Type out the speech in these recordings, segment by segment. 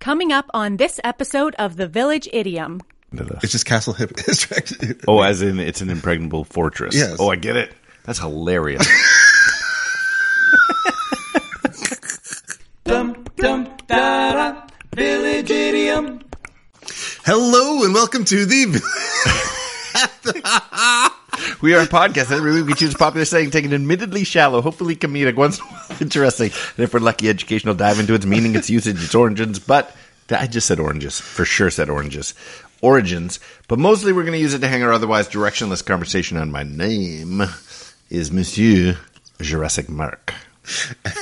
Coming up on this episode of The Village Idiom. It's just Castle Hip District. Oh, as in it's an impregnable fortress. Yes. Oh, I get it. That's hilarious. Hello and welcome to the. we are a podcast every week. We choose a popular saying, take an admittedly shallow, hopefully comedic, once in a while interesting, and if we're lucky, educational dive into its meaning, its usage, its origins. But I just said oranges. For sure said oranges. Origins. But mostly we're going to use it to hang our otherwise directionless conversation on my name is Monsieur Jurassic Mark.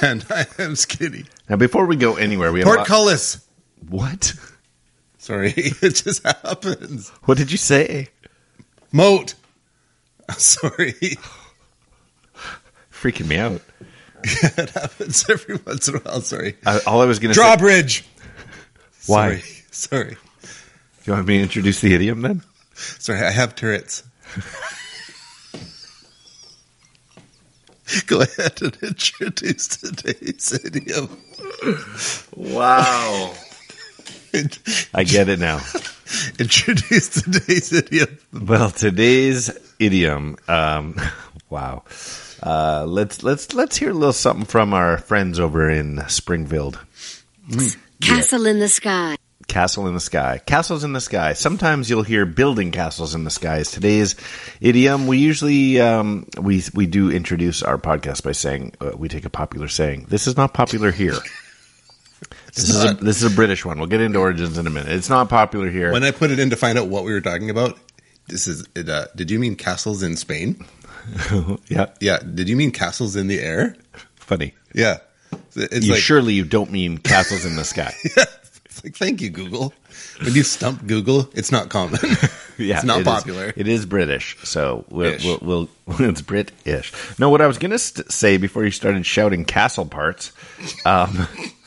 and I am Skinny. Now, before we go anywhere, we have a lot- Portcullis. What? Sorry, it just happens. What did you say? Moat. I'm sorry, Freaking me out. it happens every once in a while. Sorry. I, all I was going to say. Drawbridge. Why? Sorry. sorry, Do you want me to introduce the idiom then? sorry. I have turrets. Go ahead and introduce today's idiom. Wow. I get it now. Introduce today's idiom. Well, today's idiom. Um, wow. Uh, let's let's let's hear a little something from our friends over in Springfield. Castle in the sky. Castle in the sky. Castles in the sky. Sometimes you'll hear building castles in the sky. Is today's idiom. We usually um, we we do introduce our podcast by saying uh, we take a popular saying. This is not popular here. This is, a, not. this is a British one. We'll get into origins in a minute. It's not popular here. When I put it in to find out what we were talking about, this is. It, uh, did you mean castles in Spain? yeah, Yeah. Did you mean castles in the air? funny. Yeah. It's you like, surely you don't mean castles in the sky. it's like, thank you, Google. When you stump Google, it's not common. Yeah, it's not it is- popular. it is British, so we'll, Ish. we'll, we'll it's British. No, what I was gonna st- say before you started shouting castle parts, um,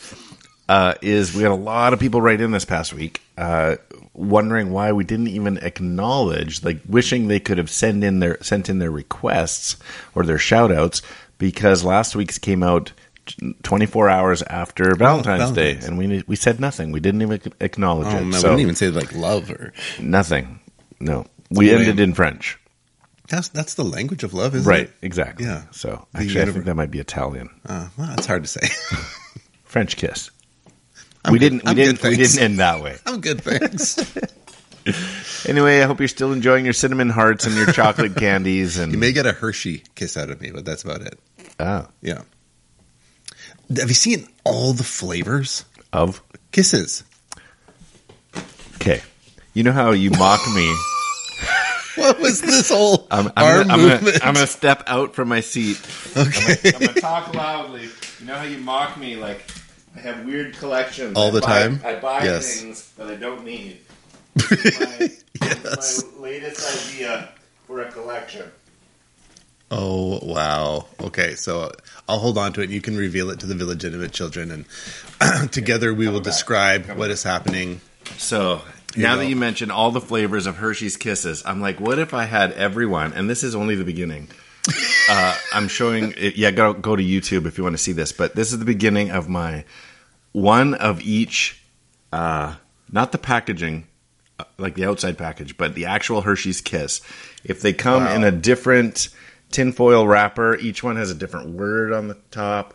uh, is we had a lot of people write in this past week, uh, wondering why we didn't even acknowledge, like wishing they could have sent in their sent in their requests or their shout outs because last week's came out. 24 hours after Valentine's, Day, Valentine's. and we we said nothing. We didn't even acknowledge Oh, it. man, we so- didn't even say like love or Nothing. No. We Lame. ended in French. that's that's the language of love, isn't Right. it? Exactly. Yeah. So The actually, I universe- think that might be Italian. Uh, well, it's hard to say. French kiss. I'm we good- didn't. We I'm didn't. good, we thanks. didn't end that way. I'm good, thanks. Anyway, I hope you're still enjoying your cinnamon hearts and your chocolate candies. And you may get a Hershey kiss out of me, but that's about it. Ah, Yeah. Have you seen all the flavors? of Kisses. okay. You know how you mock me. What was this whole I'm, arm I'm, gonna, I'm, gonna, movement? I'm gonna step out from my seat. okay. I'm gonna talk loudly. You know how you mock me? Like I have weird collections All I the buy- time? I buy Yes. things that I don't need. my, Yes. my latest idea for a collection. Oh wow. Okay, so I'll hold on to it. You can reveal it to the illegitimate children, and together we will describe what is happening. So Here now you that go. you mention all the flavors of Hershey's Kisses, I'm like, what if I had everyone? And this is only the beginning. uh, I'm showing. It, yeah, go go to YouTube if you want to see this. But this is the beginning of my one of each. Uh, not the packaging, uh, like the outside package, but the actual Hershey's Kiss. If they come in a different tinfoil wrapper, each one has a different word on the top.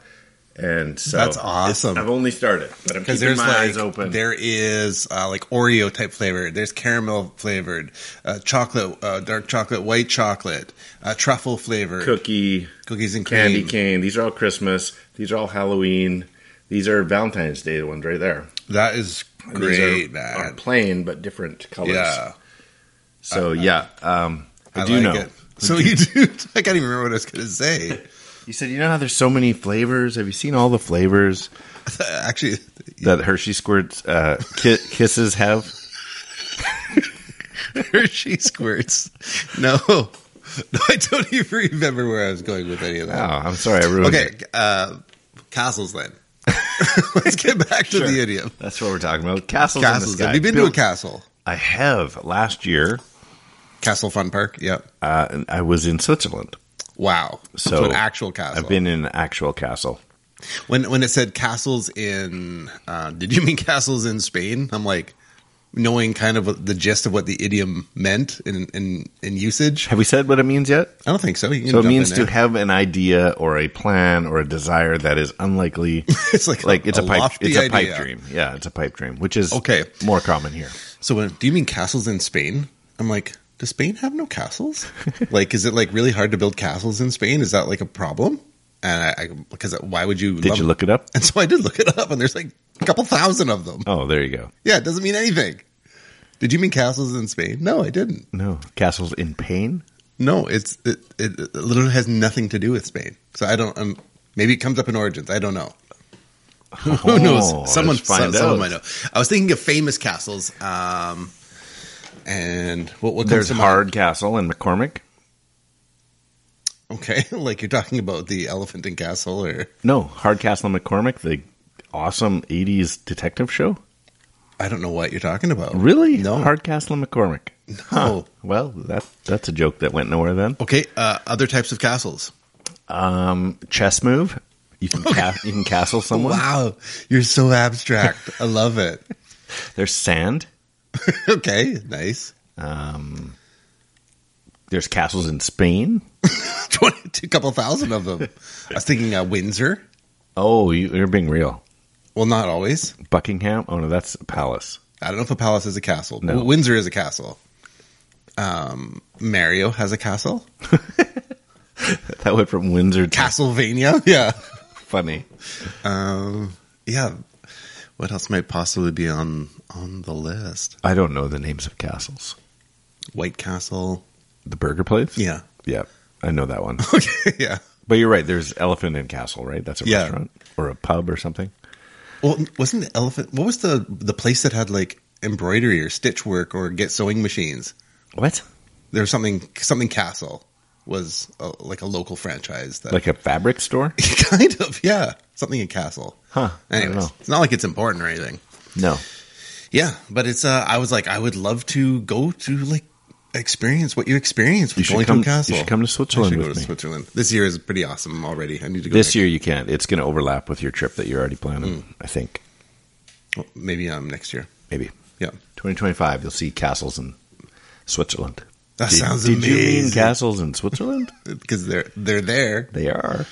And so it's- That's awesome. I've only started, but I'm Because keeping there's my like eyes open. there is uh, like Oreo type flavor. There's caramel flavored, uh, chocolate, uh, dark chocolate, white chocolate, uh, truffle flavored Cookie. cookies and cream. candy cane. These are all Christmas. These are all Halloween. These are Valentine's Day ones right there. That is And these great, are, are man. plain but different colors. Yeah, So yeah, um, I, do like know. it. So you do. I can't even remember what I was going to say. You said you know how there's so many flavors. Have you seen all the flavors Actually, that Hershey squirts uh, ki- kisses have? Hershey squirts. No, no, I don't even remember where I was going with any of Oh, that. I'm sorry, I ruined okay, it. uh, castles then. Let's get back to the idiom. That's what we're talking about. Castles. In Castles. the sky. Have you been Built- to a castle? I have. Last year, Castle Fun Park. Yep. uh, I was in Switzerland. Wow. So an actual castle. I've been in an actual castle. When when it said castles in, uh, did you mean castles in Spain? I'm like, knowing kind of the gist of what the idiom meant in in, in usage. Have we said what it means yet? I don't think so. You can So it jump means in to there. have an idea or a plan or a desire that is unlikely. It's like a- like it's a, a pipe. lofty It's a pipe idea. dream. Yeah, it's a pipe dream, which is Okay. more common here. So when, do you mean castles in Spain? I'm like, does Spain have no castles? like, is it like really hard to build castles in Spain? Is that like a problem? And I, I because why would you? Did lump- you look it up? And so I did look it up, and there's like a couple thousand of them. Oh, there you go. Yeah, it doesn't mean anything. Did you mean castles in Spain? No, I didn't. No castles in pain. No, it's it, it, it literally has nothing to do with Spain. So I don't. Um, maybe it comes up in Origins. I don't know. Who Oh, knows? Someone, let's find some- someone out. might know. I was thinking of famous castles. Um, and what what comes There's to mind? Hard Castle and McCormick. Okay, like you're talking about the Elephant and Castle, or No, Hardcastle and McCormick, the awesome '80s detective show. I don't know what you're talking about. Really? No. Hardcastle and McCormick. No. Well, that that's a joke that went nowhere. Then Okay, uh, other types of castles. um, chess move. You can ca- you can castle someone. Wow, you're so abstract. I love it. There's sand. Okay, nice. Um, there's castles in Spain. Twenty, a couple thousand of them. I was thinking uh, Windsor. Oh, you, you're being real. Well, not always. Buckingham. Oh no, that's a palace. I don't know if a palace is a castle. No. Windsor is a castle. Um, Mario has a castle. That went from Windsor to Castlevania. Yeah. funny. Um, yeah. What else might possibly be on on the list? I don't know the names of castles. White Castle. The burger place. Yeah. yeah, I know that one. Okay. Yeah. But you're right. There's Elephant and Castle, right? That's a Yeah. restaurant or a pub or something. Well, wasn't the elephant? What was the the place that had like embroidery or stitch work or get sewing machines? What? There was something something castle was a, like a local franchise that Like a fabric store? kind of yeah something in castle. Huh. I don't Anyways, know. it's not like it's important or anything. No. Yeah, but it's uh, I was like, I would love to go to like experience what you experienced You with should going to come- a castle. you should come to I Switzerland should go with to me. Switzerland. This year is pretty awesome already. I need to go This next- year you can't. It's going to overlap with your trip that you're already planning, Hmm. I think. well, maybe um next year. Maybe. Yeah, 2025, you'll see castles in Switzerland. that sounds did you mean amazing castles in Switzerland? because they're they're there. they are.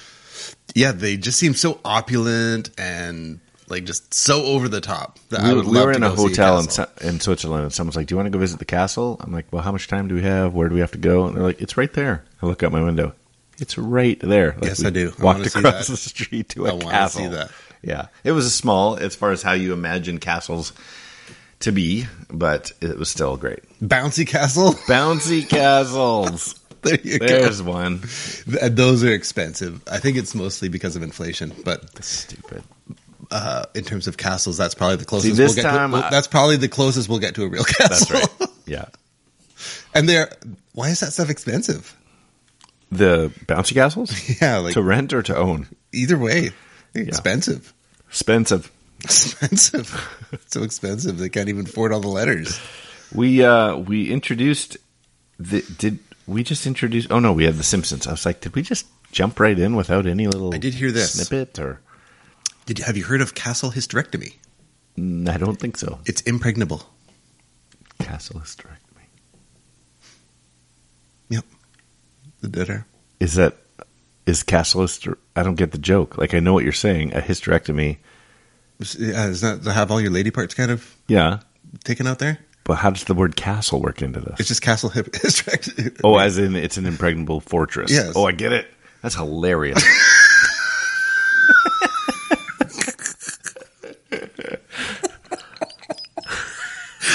yeah, they just seem so opulent and like just so over the top. That I we would we love were to in a go see hotel in, castle. Su- in Switzerland, and someone's like, Do you want to go visit the castle? I'm like, Well, how much time do we have? Where do we have to go? And they're like, It's right there. I look out my window. It's right there. Like, Yes, we I do. I Walked wanna see across that. the street to I a wanna see castle. that. Yeah. It was a small as far as how you imagine castles to be, but it was still great. bouncy castle. Bouncy castles. there you There's one. go. Th- Those are expensive. I think it's mostly because of inflation, but Stupid. uh, in terms of castles, that's probably the closest. this we'll get to- time, well, I- that's probably the closest we'll get to a real That's castle. right. Yeah. and they're why is that stuff expensive? The bouncy castles? Yeah, like to rent or to own? either way, expensive, Expensive. expensive, so expensive they can't even afford all the letters. We uh we introduced the did we just introduce oh no, we had the Simpsons. I was like, did we just jump right in without any little I did hear this. snippet or Did you, have you heard of castle hysterectomy? Mm, I don't think so. It's impregnable. Castle hysterectomy. The dead air. Is that is castle hyster- I don't get the joke. Like I know what you're saying, a hysterectomy. Yeah, is that to have all your lady parts kind of Yeah. taken out there? But how does the word castle work into this? It's just castle hip hysterectomy. oh, as in it's an impregnable fortress. Yes. Oh, I get it. That's hilarious.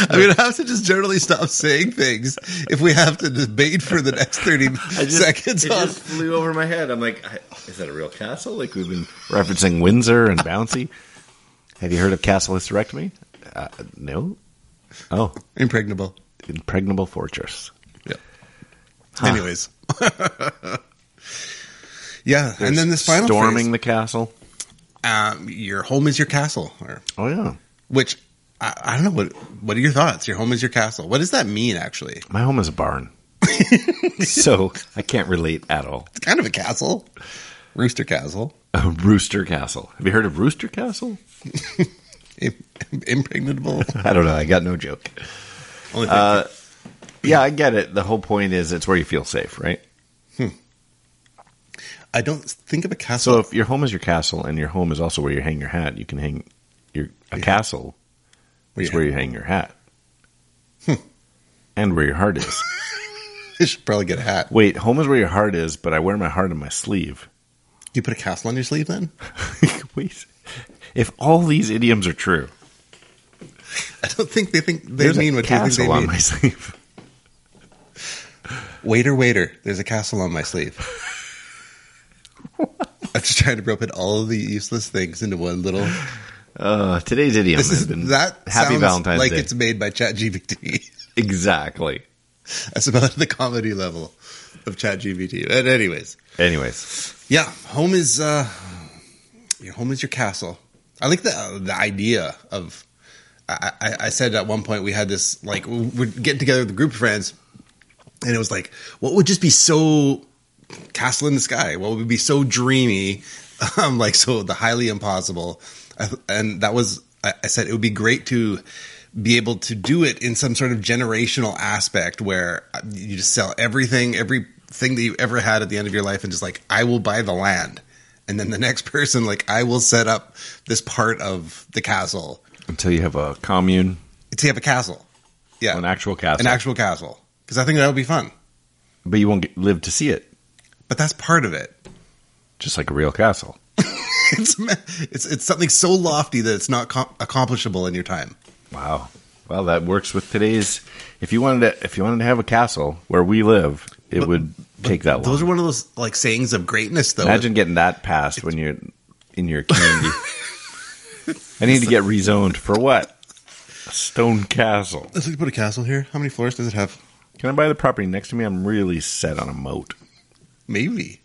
I'm gonna have to just generally stop saying things if we have to debate for the next thirty seconds. It on just flew over my head. I'm like, I- is that a real castle? Like we've been referencing Windsor and Bouncy. Have you heard of castle hysterectomy? Uh, no. Oh, impregnable. impregnable fortress. Yeah. Anyways. yeah, and then this final storming phrase, the castle. um, your home is your castle, or Oh yeah, which I, I don't know what. What are your thoughts? Your home is your castle. What does that mean? Actually, my home is a barn, so I can't relate at all. it's kind of a castle, rooster castle. Rooster Castle. Have you heard of Rooster Castle? Im- impregnable. I don't know. I got no joke. Only Uh, Yeah, I get it. The whole point is it's where you feel safe, right? I don't think of a castle. So if your home is your castle and your home is also where you hang your hat, you can hang your a castle Where is you Hmm. where you hang your hat. And where your heart is. I should probably get a hat. Wait, home is where your heart is, but I wear my heart on my sleeve. You put a castle on your sleeve then? Wait. If all these idioms are true, I don't think they think they there's mean a what they think castle they on mean. my sleeve. Waiter, waiter, there's a castle on my sleeve. I'm just trying to rope in all of the useless things into one little. Uh, today's idiom This has is been that Happy sounds Valentine's like Day. it's made by ChatGPT. Exactly. That's about the comedy level of ChatGPT. But anyways, Anyways, yeah, home is uh, your home is your castle. I like the uh, the idea of. I, I, I said at one point we had this like we- we're getting together with a group of friends, and it was like, what would just be so castle in the sky? What would be so dreamy? Um, like so the highly impossible, I, and that was I, I said it would be great to be able to do it in some sort of generational aspect where uh, you just sell everything, everything that you ever had at the end of your life, and just like I will buy the land, and then the next person like I will set up this part of the castle until you have a commune, to have a castle, yeah, an actual castle, an actual castle, because I think that would be fun. but you won't get, live to see it, But that's part of it. just like a real castle. it's it's it's something so lofty that it's not com- accomplishable in your time. Wow. Well, that works with today's. If you wanted to, if you wanted to have a castle where we live, it would take that long. Those are one of those like sayings of greatness, though. Imagine getting that passed when you're in your community. I need to get rezoned for what? A stone castle. Let's put a castle here. How many floors does it have? Can I buy the property next to me? I'm really set on a moat. Maybe,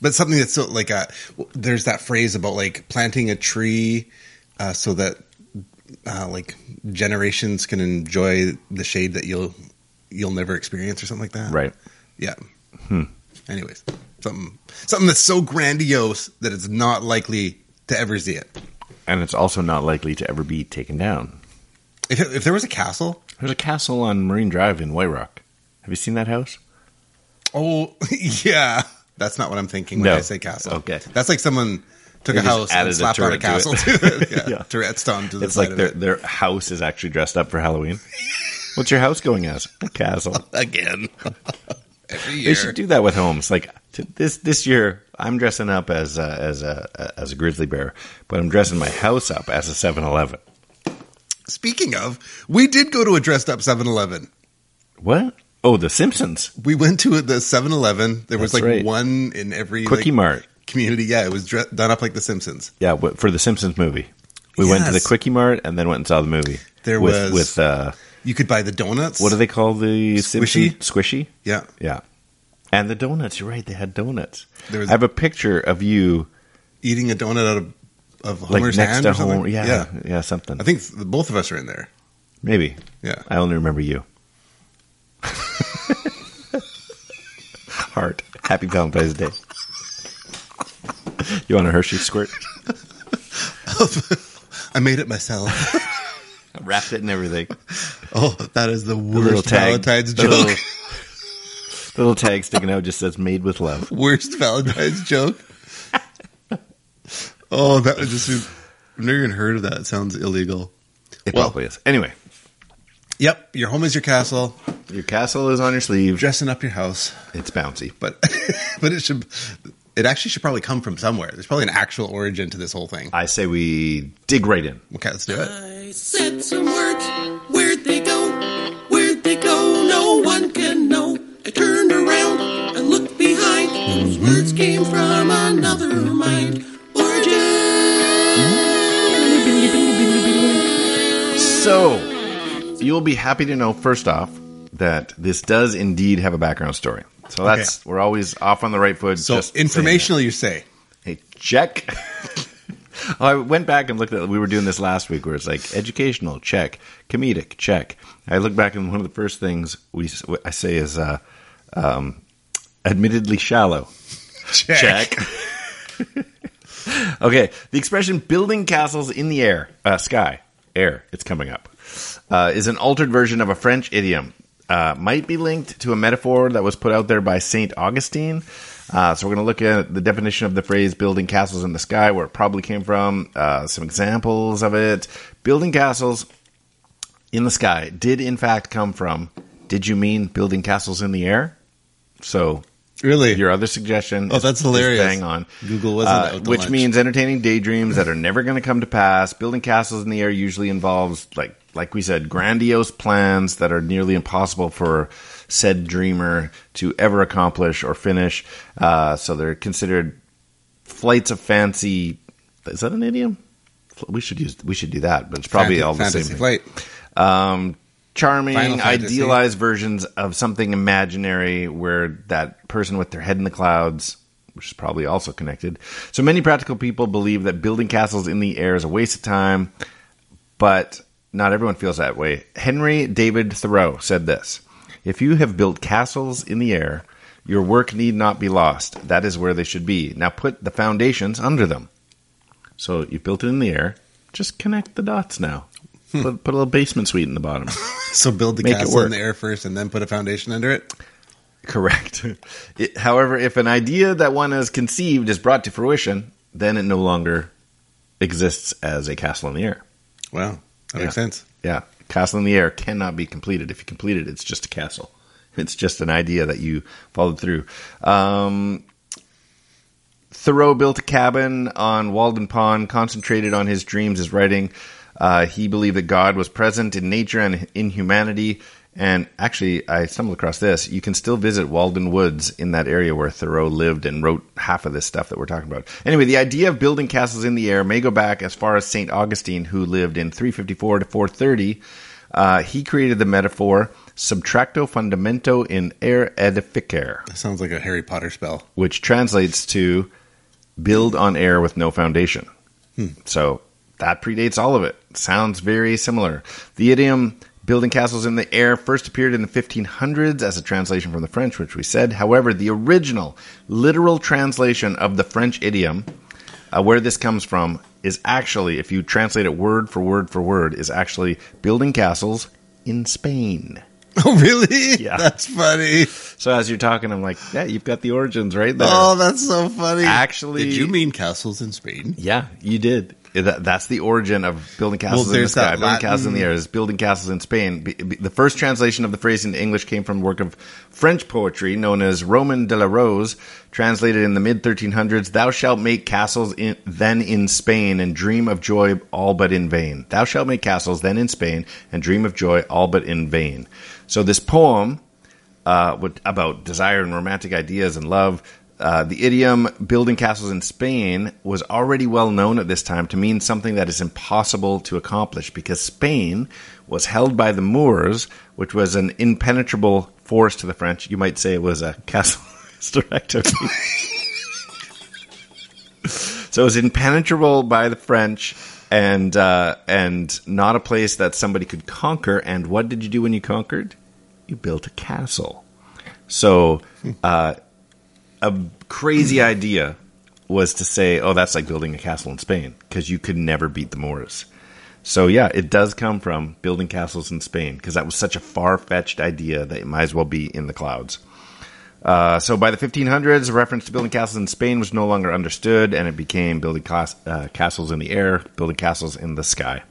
but something that's so like uh, w- there's that phrase about like planting a tree uh, so that uh, like generations can enjoy the shade that you'll you'll never experience or something like that. Right. Hmm. Yeah. Anyways, something something that's so grandiose that it's not likely to ever see it. And it's also not likely to ever be taken down. If, if there was a castle, There's a castle on Marine Drive in White Rock. Have you seen that house? Oh yeah, that's not what I'm thinking when No. I say castle. Okay. that's like someone took They a just house added a and slapped on a turret to castle it. to it. yeah, Yeah. Tourette's on to the It's side like of their it their house is actually dressed up for Halloween. What's your house going as? A castle. again. Every They year, should do that with homes. Like t- this this year, I'm dressing up as a, as a as a grizzly bear, but I'm dressing my house up as a 7-Eleven. Speaking of, we did go to a dressed up 7-Eleven. What? Oh, the Simpsons We went to the 7-Eleven. There was That's like right. one in every Quickie like, Mart. community. Yeah, it was dre- done up like The Simpsons. Yeah, w- for the Simpsons movie. We went to the Yes. Quickie Mart and then went and saw the movie. There with, was- with uh, You could buy the donuts. what do they call the Squishy? Simpson- Squishy. Yeah, Yeah, and the donuts. You're right. They had donuts. There was- I have a picture of you eating a donut out of of like Homer's next hand to or something. home. Yeah, yeah, something. I think th- both of us are in there. Maybe. Yeah. I only remember you. Heart. Happy Valentine's Day. You want a Hershey squirt? I made it myself. I wrapped it and everything. Oh, that is the The worst Valentine's the joke. Little, the little tag sticking out just says made with love. worst Valentine's joke. Oh, that would just be. I've never even heard of that. It sounds illegal. It Well- probably is. Anyway, Yep, your home is your castle. your castle is on your sleeve. Dressing up your house, It's bouncy. but but it should. It actually should probably come from somewhere. There's probably an actual origin to this whole thing. I say we dig right in. Okay, let's do it. Uh, I said some words. Where'd they go? Where'd they go? No one can know. I turned around and looked behind. Those words came from another mind. Origin. So, you'll be happy to know first off that this does indeed have a background story. So that's we're always off on the right foot. So just saying informational, you say? that. Hey, check. oh, I went back and looked at. We were doing this last week, where it's like educational check, comedic check. I look back and one of the first things we s- I say is, uh, um, admittedly shallow. Check. Okay, the expression building castles in the air, uh, sky, air, it's coming up, uh, is an altered version of a French idiom. Uh, might be linked to a metaphor that was put out there by St. Augustine. Uh, so we're going to look at the definition of the phrase building castles in the sky, where it probably came from, uh, some examples of it. Building castles in the sky did, in fact, come from, did you mean building castles in the air? So Really? your other suggestion. Oh, is- that's is hilarious. Bang on. Google wasn't Uh, out to which lunch. means entertaining daydreams that are never going to come to pass. Building castles in the air usually involves, like, like we said, grandiose plans that are nearly impossible for said dreamer to ever accomplish or finish. Uh, so they're considered flights of fancy. Is that an idiom? We should use. We should do that, but it's probably Fantasy- all the same. Fantasy thing Flight. um, Final charming, Fantasy. idealized versions of something imaginary where that person with their head in the clouds, which is probably also connected. So many practical people believe that building castles in the air is a waste of time, but not everyone feels that way. Henry David Thoreau said this If you have built castles in the air, your work need not be lost. That is where they should be. Now put the foundations under them. So you built it in the air. Just connect the dots now. Hmm. Put, put a little basement suite in the bottom. So build the Make it castle in work. the air first, and then put a foundation under it. Correct. It, however, if an idea that one has conceived is brought to fruition, then it no longer exists as a castle in the air. Wow, that Yeah. makes sense. Yeah, castle in the air cannot be completed. If you complete it, it's just a castle. It's just an idea that you followed through. Um, Thoreau built a cabin on Walden Pond, concentrated on his dreams, his writing. Uh, he believed that God was present in nature and in humanity. And actually, I stumbled across this. You can still visit Walden Woods in that area where Thoreau lived and wrote half of this stuff that we're talking about. Anyway, the idea of building castles in the air may go back as far as St. Augustine, who lived in 354 to 430. Uh, he created the metaphor subtracto fundamento in air edificare That sounds like a Harry Potter spell. which translates to build on air with no foundation. So that predates all of it. Sounds very similar. The idiom building castles in the air first appeared in the 1500s as a translation from the French, which we said. However, the original literal translation of the French idiom, uh, where this comes from, is actually, if you translate it word for word for word, is actually building castles in Spain. Oh, really? Yeah. that's funny. So as you're talking, I'm like, yeah, you've got the origins right there. Oh, that's so funny. Actually- did you mean castles in Spain? Yeah, you did. That, that's the origin of building castles in the there's sky. that Building Latin- castles in the air is building castles in Spain. B- b- the first translation of the phrase into English came from a work of French poetry known as Roman de la Rose, translated in the mid 1300s. Thou shalt make castles in, then in Spain and dream of joy all but in vain. Thou shalt make castles then in Spain and dream of joy all but in vain. So this poem uh, with, about desire and romantic ideas and love. Uh, the idiom building castles in Spain was already well known at this time to mean something that is impossible to accomplish because Spain was held by the Moors, which was an impenetrable force to the French. You might say it was a castle hysterectomy. So it was impenetrable by the French and uh, and not a place that somebody could conquer. And what did you do when you conquered? You built a castle. So uh, a crazy idea was to say, "Oh, that's like building a castle in Spain," because you could never beat the Moors. So yeah, it does come from building castles in Spain because that was such a far fetched idea that it might as well be in the clouds. Uh, so by the 1500s, the reference to building castles in Spain was no longer understood, and it became building cas- uh, castles in the air, building castles in the sky.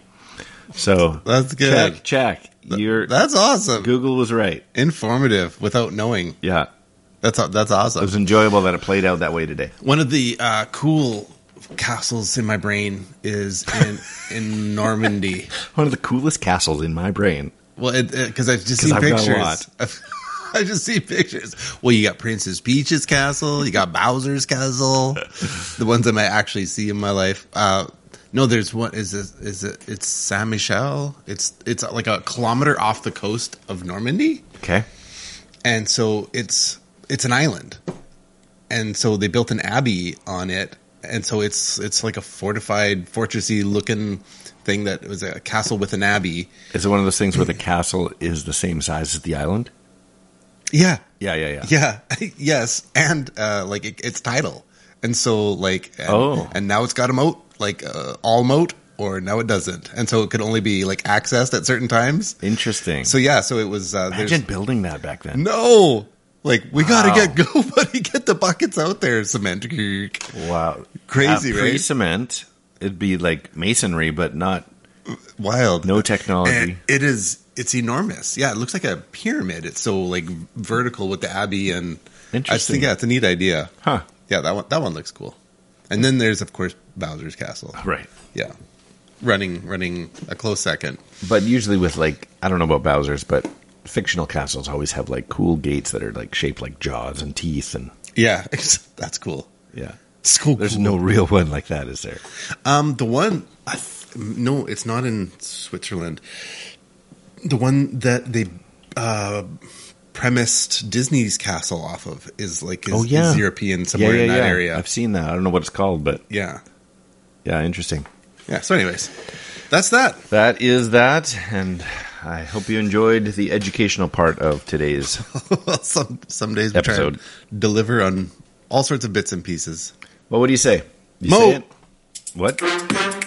So That's good. Check, check. Your That's awesome. Google was right. Informative without knowing. Yeah, That's that's it awesome. was enjoyable that it played out that way today. One of the uh, cool castles in my brain is in in Normandy. One of the coolest castles in my brain. Well, because I've just seen I've got a pictures. lot. I just see pictures. Well, you got Princess Peach's castle. You got Bowser's castle. the ones that I actually see in my life. Uh, no, there's one. Is it? Is it? It's Saint Michel. It's it's like a kilometer off the coast of Normandy, Okay, and so it's it's an island, and so they built an abbey on it, and so it's it's like a fortified, fortressy looking thing that was a castle with an abbey. is it one of those things where the castle is the same size as the island? Yeah, Yeah, yeah, yeah. Yeah. yes. And uh, like it, its title and so like and, Oh. and now it's got a moat like uh, all moat or now it doesn't and so it could only be like accessed at certain times Interesting. so yeah so it was uh, there's- imagine building that back then. no like we Wow. gotta get go buddy get the buckets out there cement geek Wow, Uh, Crazy, right? Pre-cement, it'd be like masonry, but not wild no technology. And it is. It's enormous. Yeah, it looks like a pyramid. It's so like vertical with the abbey and. I just Interesting. think yeah, it's a neat idea. Huh. Yeah, that one. That one looks cool. And then there's of course Bowser's castle. Right. Yeah, running, running a close second. But usually with like I don't know about Bowser's, but fictional castles always have like cool gates that are like shaped like jaws and teeth and Yeah, that's cool. yeah. It's cool. There's cool. no real one like that, is there? Um, the one. I th- no, it's not in Switzerland. The one that they uh, premised Disney's castle off of is like is, Oh, yeah. is European somewhere in that area. I've seen that. I don't know what it's called, but yeah. yeah, interesting. Yeah. So, anyways, that's that. That is that, and I hope you enjoyed the educational part of today's. some some days we Episode. try and deliver on all sorts of bits and pieces. Well, what do you say? You Mo. say it? What?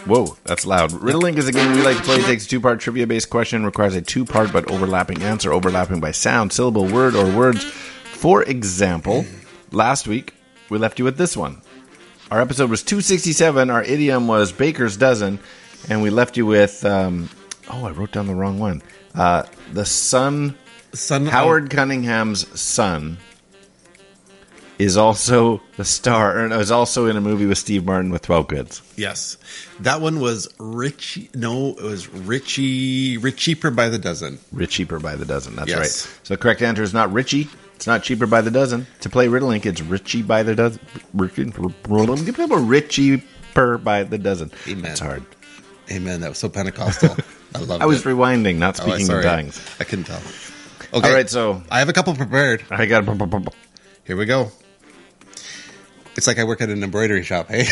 Whoa, that's loud. Riddling is a game we like to play. It takes a two-part trivia-based question, requires a two-part but overlapping answer, overlapping by sound, syllable, word, or words. For example, last week we left you with this one. Our episode was 267. Our idiom was baker's dozen, and we left you with. Um, oh, I wrote down the wrong one. Uh, the son Son Howard Cunningham's son is also the star, or no, is also in a movie with Steve Martin with Twelve Goods. yes, that one was Richie. No, it was Richie. Rich cheaper by the dozen. Rich cheaper by the dozen. That's Yes. right. So the correct answer is not Richie. It's not cheaper by the dozen. To play Riddlink, it's Richie by the dozen. Richie per by the dozen. Amen. It's hard. Amen. That was so Pentecostal. I love. I was rewinding, not speaking in Oh, sorry. tongues. I couldn't tell. Okay. All right, so I have a couple prepared. I got. Here we go. It's like I work at an embroidery shop, hey?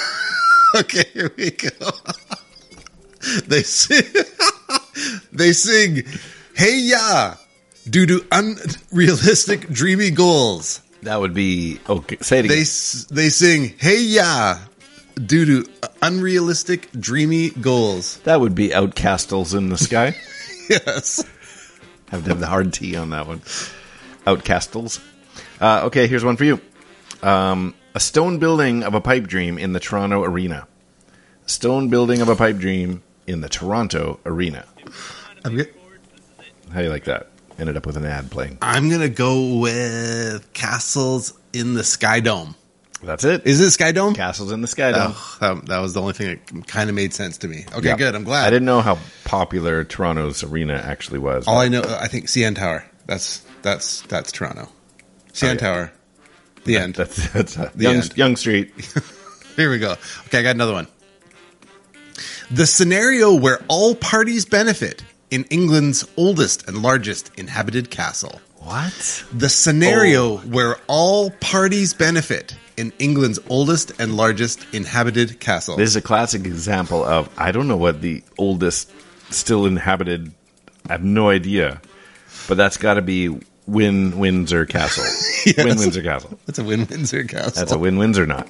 okay, here we go. they sing, they sing, hey ya, due to unrealistic, dreamy goals. That would be okay. Say it again. They s- they sing, hey ya, due to unrealistic, dreamy goals. that would be Outcastles in the sky. Yes. Have to have the hard T on that one. Outcastles. Uh, okay, here's one for you. Um, a stone building of a pipe dream in the Toronto Arena. Stone building of a pipe dream in the Toronto Arena. I'm, g- How do you like that? Ended up with an ad playing. I'm going to go with Castles in the Sky Dome. That's it. Is it Sky Dome? Castles in the Sky Dome. Oh, that, that was the only thing that kind of made sense to me. Okay, Yeah. good. I'm glad. I didn't know how popular Toronto's arena actually was. All I know, I think CN Tower. That's that's that's Toronto. CN Oh, yeah. Tower. The end. That's, that's uh, Young, end. Young Street. Here we go. Okay, I got another one. The scenario where all parties benefit in England's oldest and largest inhabited castle. What? The Oh. scenario where all parties benefit in England's oldest and largest inhabited castle. This is a classic example of I don't know what the oldest still inhabited. I have no idea, but that's got to be Win Windsor Castle. Win Windsor Castle. that's a win Windsor castle. That's a Win Windsor not.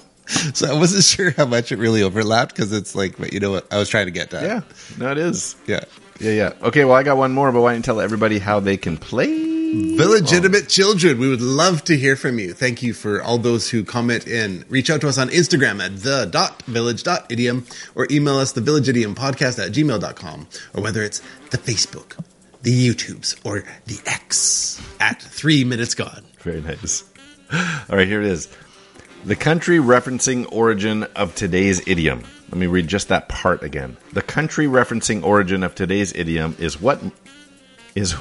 So I wasn't sure how much it really overlapped because it's like, but you know what? I was trying to get that. Yeah, no, it is. Yeah. Yeah, yeah. Okay, well, I got one more, but why don't you tell everybody how they can play? Oh. Illegitimate children, we would love to hear from you. Thank you for all those who comment in. Reach out to us on Instagram at the.village.idiom or email us thevillageidiomPodcast at gmail.com or whether it's the Facebook, the YouTubes, or the X at three minutes gone. Very nice. All right, here it is. The country referencing origin of today's idiom. Let me read just that part again. The country referencing origin of today's idiom is what is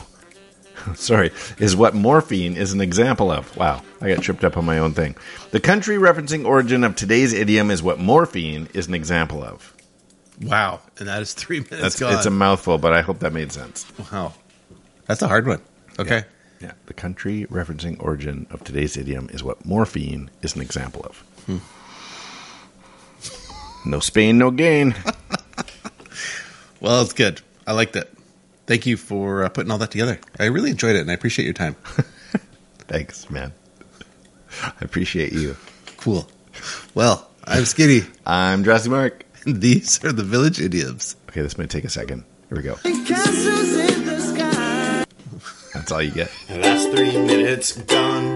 sorry, is what morphine is an example of. Wow, I got tripped up on my own thing. The country referencing origin of today's idiom is what morphine is an example of. Wow. And that is three minutes That's gone. it's a mouthful, but I hope that made sense. wow. That's a hard one. Okay. Yeah. The country referencing origin of today's idiom is what morphine is an example of. No Spain, no gain. Well, it's good. I liked it. Thank you for uh, putting all that together. I really enjoyed it, and I appreciate your time. Thanks, man. I appreciate you. cool. Well, I'm Skinny. I'm Jurassic Mark. And these are the village idioms. Okay, this may take a second. Here we go. Castles in the sky. That's all you get. That's three minutes gone.